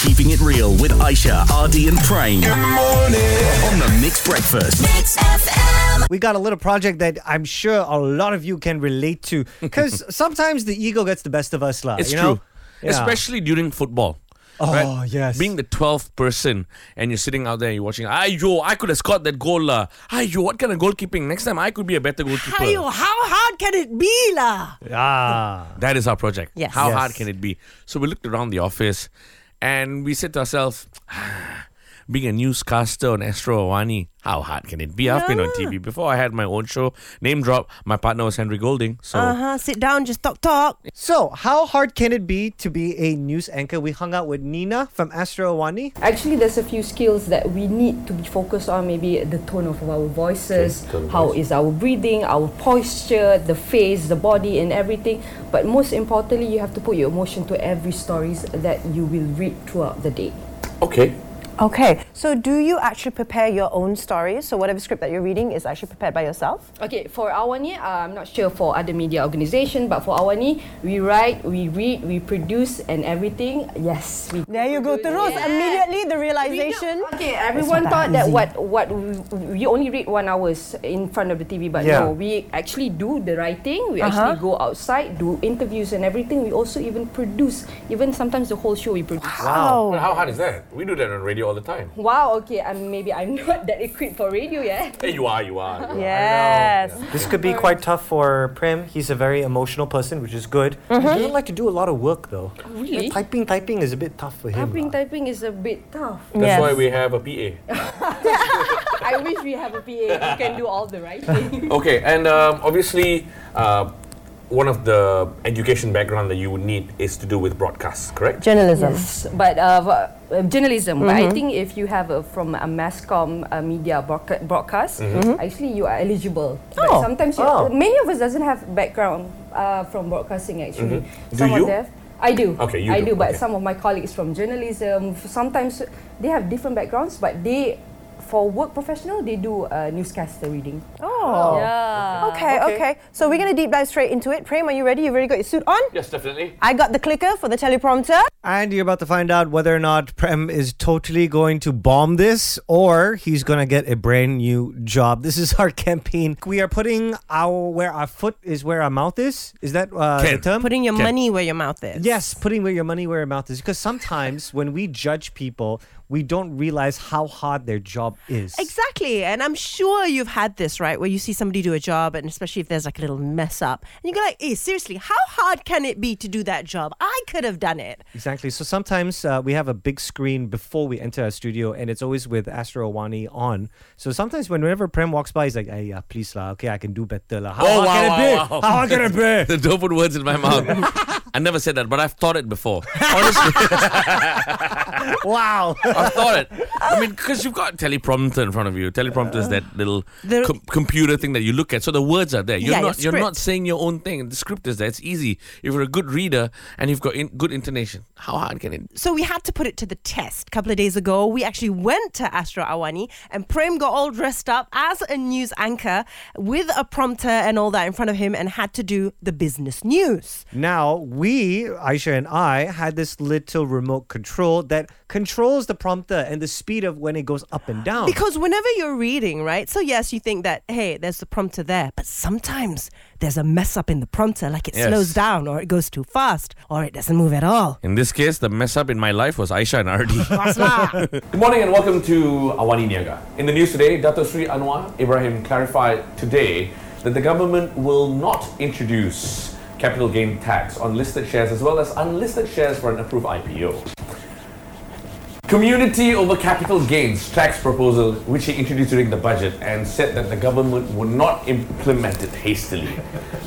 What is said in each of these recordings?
Keeping It Real with Aisha, Ardy, and Prane Good morning. on the Mixed Breakfast. Mix FM. We got a little project that I'm sure a lot of you can relate to because sometimes the ego gets the best of us, lah. It's you true. know? Yeah. Especially during football. Oh, right? yes. Being the 12th person and you're sitting out there and you're watching, Ayo, I could have scored that goal. lah. Ayo, what kind of goalkeeping? Next time I could be a better goalkeeper. Ayo, how hard can it be, lah? ah, That is our project. Yes. How Yes. hard can it be? So we looked around the office and we said to ourselves, being a newscaster on Astro Awani, how hard can it be? I've been on TV before. I had my own show, Name Drop. My partner was Henry Golding. So Uh Uh-huh, huh. Sit down, just talk, talk. so how hard can it be to be a news anchor? We hung out with Nina from Astro Awani. Actually, there's a few skills that we need to be focused on. Maybe the tone of our voices, how is our breathing, our posture, the face, the body, and everything. But most importantly, you have to put your emotion to every stories that you will read throughout the day. okay, Okay, so do you actually prepare your own stories? So whatever script that you're reading is actually prepared by yourself? Okay, for Awani, uh, I'm not sure for other media organization, but for Awani, we write, we read, we produce, and everything. Yes, we. There you go, Terus. Yeah. Immediately the We realization. know- Okay, everyone not thought that that easy. what what we, we only read one hours in front of the TV, but Yeah. no, we actually do the writing. We Uh-huh. actually go outside, do interviews and everything. We also even produce, even sometimes the whole show we produce. Wow. how hard is that? We do that on radio all the time. Wow. Okay, I'm maybe I'm not that equipped for radio yet. Hey, you are, you are. Yes. This could be quite tough for Prem. He's a very emotional person, which is good. He doesn't like to do a lot of work though. Mm-hmm. Really? Typing, typing is a bit tough for him. Typing typing is a bit tough. Yes. have a PA. I wish we have a PA who can do all the writing. Okay, and um, obviously, uh, one of the education background that you would need is to do with broadcasts, correct? Journalism. but uh, v- uh, journalism. But Mm-hmm. I think if you have a, from a mass com uh, media broadca- broadcast, Mm-hmm. actually you are eligible. But Oh. sometimes you, Oh. uh, many of us doesn't have background uh, from broadcasting. Actually, Mm-hmm. Do some you? of them. I do. Okay, you I do. do, But okay. some of my colleagues from journalism, f- sometimes they have different backgrounds, but they. For work professional, they do uh, newscaster reading. Oh. Yeah. Okay, okay, So we're going to deep dive straight into it. Prem, are you ready? You've already got your suit on? Yes, definitely. I got the clicker for the teleprompter. And you're about to find out whether or not Prem is totally going to bomb this or he's going to get a brand new job. This is our campaign. We are putting our where our foot is where our mouth is. Is that uh, the Ken. term? Putting your Okay. money where your mouth is. Yes, putting where your money where your mouth is. Because sometimes when we judge people, we don't realize how hard their job is. Exactly. And I'm sure you've had this, right? Where you see somebody do a job, and especially if there's like a little mess up, and you go like, hey, seriously, how hard can it be to do that job? I could have done it. Exactly. So sometimes uh, we have a big screen before we enter our studio, and it's always with Astro Awani on. So sometimes when- whenever Prem walks by, he's like, "Hey, uh, please lah, okay, I can do better lah. How hard Oh, wow, can it wow, be? wow. How hard can it be?" the dope words in my mouth. I never said that, but I've thought it before. Honestly, Wow. I've thought it. I mean, because you've got teleprompter in front of you. Teleprompter is that little The- com- computer thing that you look at, so the words are there. You're Yeah, your not you're not script. saying your own thing. The script is there. It's easy if you're a good reader and you've got in- good intonation. How hard can it? So we had to put it to the test. A couple of days ago, we actually went to Astro Awani and Prem got all dressed up as a news anchor with a prompter and all that in front of him and had to do the business news. now we, Aisha and I, had this little remote control that controls the prompter and the speed of when it goes up and down. Because whenever you're reading, right? So yes, you think that hey, there's the prompter there, but sometimes there's a mess up in the prompter, like it Yes. slows down or it goes too fast or it doesn't move at all. In this case, the mess up in my life was Aisha and Ardi. Basla. Good morning and welcome to Awani Niaga. In the news today, Dato Sri Anwar Ibrahim clarified today that the government will not introduce capital gain tax on listed shares as well as unlisted shares for an approved IPO. Community over capital gains tax proposal, which he introduced during the budget, and said that the government would not implement it hastily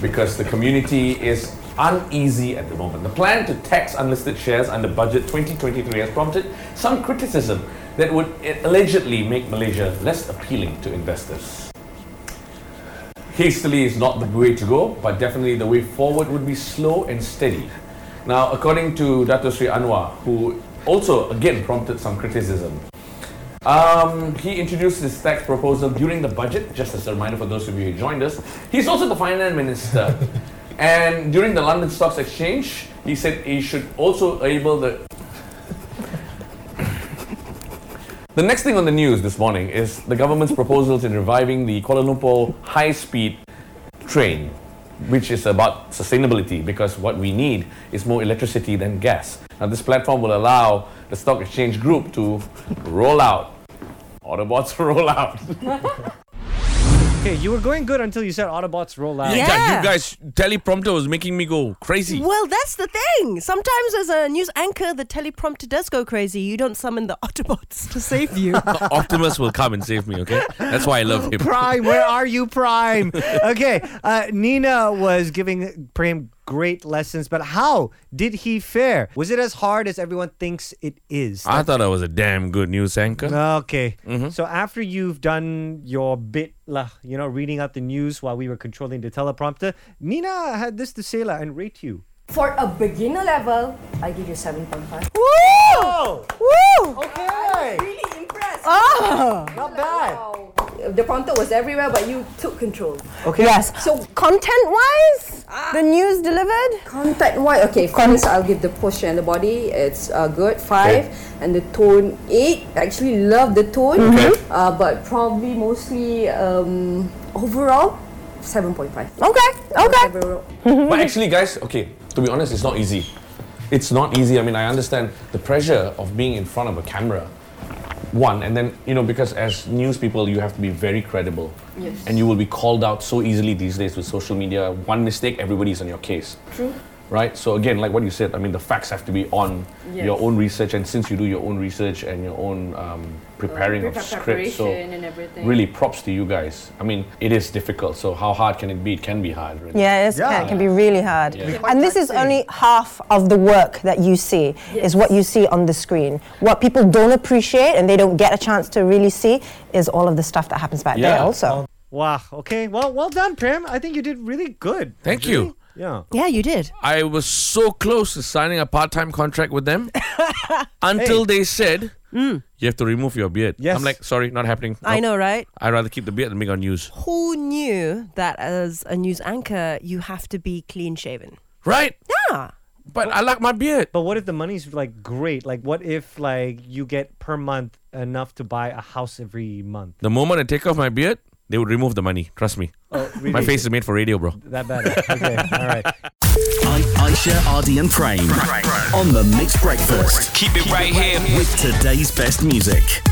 because the community is uneasy at the moment. The plan to tax unlisted shares under budget 2023 has prompted some criticism that would allegedly make Malaysia less appealing to investors. Hastily is not the way to go, but definitely the way forward would be slow and steady. Now, according to Dato Sri Anwar, who also again prompted some criticism, um, he introduced this tax proposal during the budget, just as a reminder for those of you who joined us. He's also the finance minister. and during the London Stock Exchange, he said he should also able the The next thing on the news this morning is the government's proposals in reviving the Kuala Lumpur high-speed train, which is about sustainability because what we need is more electricity than gas. Now, this platform will allow the stock exchange group to roll out. Autobots roll out. Okay, you were going good until you said Autobots roll out. Yeah. Yeah, you guys, teleprompter was making me go crazy. Well, that's the thing. Sometimes, as a news anchor, the teleprompter does go crazy. You don't summon the Autobots to save you. Optimus will come and save me, okay? That's why I love him. Prime, where are you, Prime? Okay, uh, Nina was giving Prem great lessons, but how did he fare? Was it as hard as everyone thinks it is? I Mm-hmm. thought I was a damn good news anchor. Okay. So after you've done your bit, lah, you know, reading out the news while we were controlling the teleprompter, Nina had this to say lah, and rate you. For a beginner level, I give you 7.5. Oh, Woo! Ah! okay. Really impressed. Oh, Not bad. The prompter was everywhere, but you took control. Okay. Yes. So content wise, the news delivered? Contact wise, okay, first I'll give the posture and the body. It's uh, good, five. And the tone, eight. Actually love the tone, uh, but probably mostly um, overall, 7.5. Okay, okay. Overall. But actually, guys, okay, to be honest, it's not easy. It's not easy. I mean, I understand the pressure of being in front of a camera. One, and then, you know, because as news people, you have to be very credible. Yes. And you will be called out so easily these days with social media. One mistake, everybody's on your case. True. Right? So, again, like what you said, I mean, the facts have to be on your own research. And since you do your own research and your own um, preparing of scripts, so really props to you guys. I mean, it is difficult. So, how hard can it be? It can be hard, really. Yeah, it's, Yeah. Can, can be really hard. Yeah. And this is only half of the work that you see, is what you see on the screen. What people don't appreciate and they don't get a chance to really see is all of the stuff that happens back there Yeah. also. Wow. Okay. Well, well done, Prem. I think you did really good. Thank you. Yeah. Yeah, you did. I was so close to signing a part time contract with them until they said, you have to remove your beard. Yes. I'm like, sorry, not happening. Mm. I Nope. know, right? I'd rather keep the beard than make on news. Who knew that as a news anchor, you have to be Ah! clean shaven? Right? Yeah. But I like my beard. But what if the money's like great? Like, what if like you get per month enough to buy a house every month? The moment I take off my beard, they would remove the money. Trust me. Oh, really? My face is made for radio, bro. That better. Okay. All right. I- Aisha, Ardy, and Prane on the Mixed Breakfast Keep it right here. with today's best music.